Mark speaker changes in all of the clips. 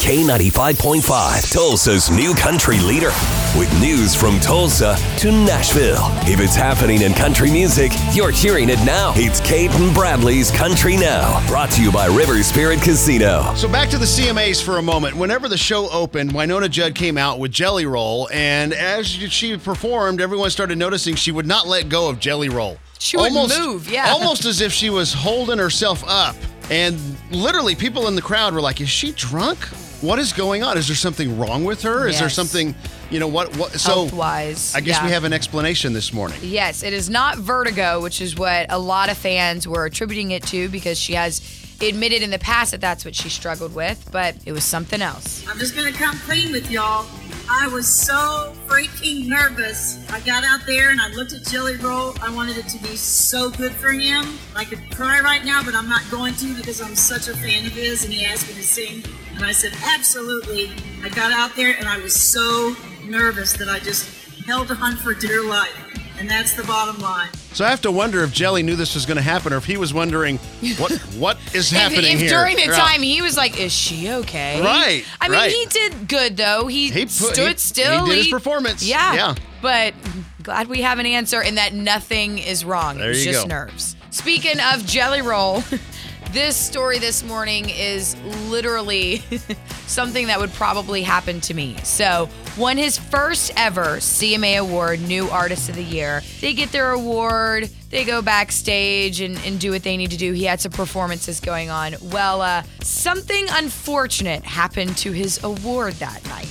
Speaker 1: K95.5, Tulsa's new country leader. With news from Tulsa to Nashville. If it's happening in country music, you're hearing it now. It's Kate and Bradley's Country Now, brought to you by River Spirit Casino.
Speaker 2: So back to the CMAs for a moment. Whenever the show opened, Winona Judd came out with Jelly Roll, and as she performed, everyone started noticing she would not let go of Jelly Roll.
Speaker 3: She wouldn't move, yeah.
Speaker 2: Almost as if she was holding herself up. And literally, people in the crowd were like, "Is she drunk? What is going on? Is there something wrong with her? Is there
Speaker 3: Yes.
Speaker 2: something, you know, what? What?" So
Speaker 3: Health-wise,
Speaker 2: I guess
Speaker 3: yeah.
Speaker 2: we have an explanation this morning.
Speaker 3: Yes, it is not vertigo, which is what a lot of fans were attributing it to because she has admitted in the past that that's what she struggled with, but it was something else.
Speaker 4: I'm just gonna come clean with y'all. I was so freaking nervous. I got out there and I looked at Jelly Roll. I wanted it to be so good for him. I could cry right now, but I'm not going to because I'm such a fan of his and he asked me to sing. And I said, absolutely. I got out there and I was so nervous that I just held on for dear life. And that's the bottom line.
Speaker 2: So I have to wonder if Jelly knew this was going to happen, or if he was wondering what what is happening
Speaker 3: if, if
Speaker 2: here.
Speaker 3: during the
Speaker 2: Yeah.
Speaker 3: time he was like, "Is she okay?"
Speaker 2: Right,
Speaker 3: I mean,
Speaker 2: right.
Speaker 3: he did good though. He,
Speaker 2: He put-
Speaker 3: stood
Speaker 2: he-
Speaker 3: still.
Speaker 2: he did his performance.
Speaker 3: Yeah.
Speaker 2: Yeah.
Speaker 3: But glad we have an answer and that nothing is wrong.
Speaker 2: There
Speaker 3: it was
Speaker 2: you
Speaker 3: just
Speaker 2: go.
Speaker 3: nerves. Speaking of Jelly Roll, this story this morning is literally something that would probably happen to me. So, won his first ever CMA award, New Artist of the Year. They get their award, they go backstage and, and do what they need to do. He had some performances going on. Well, uh, something unfortunate happened to his award that night.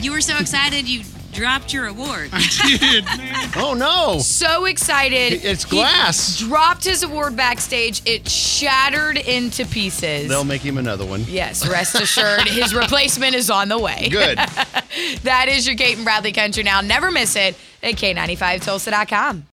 Speaker 5: You were so excited you dropped your award.
Speaker 2: Oh no!
Speaker 3: so excited.
Speaker 2: It's
Speaker 3: He
Speaker 2: glass.
Speaker 3: dropped his award backstage. It shattered into pieces.
Speaker 2: They'll make him another one.
Speaker 3: yes, rest assured, his replacement is on the way.
Speaker 2: Good.
Speaker 3: That is your Kate and Bradley Country now. Never miss it at K95Tulsa.com.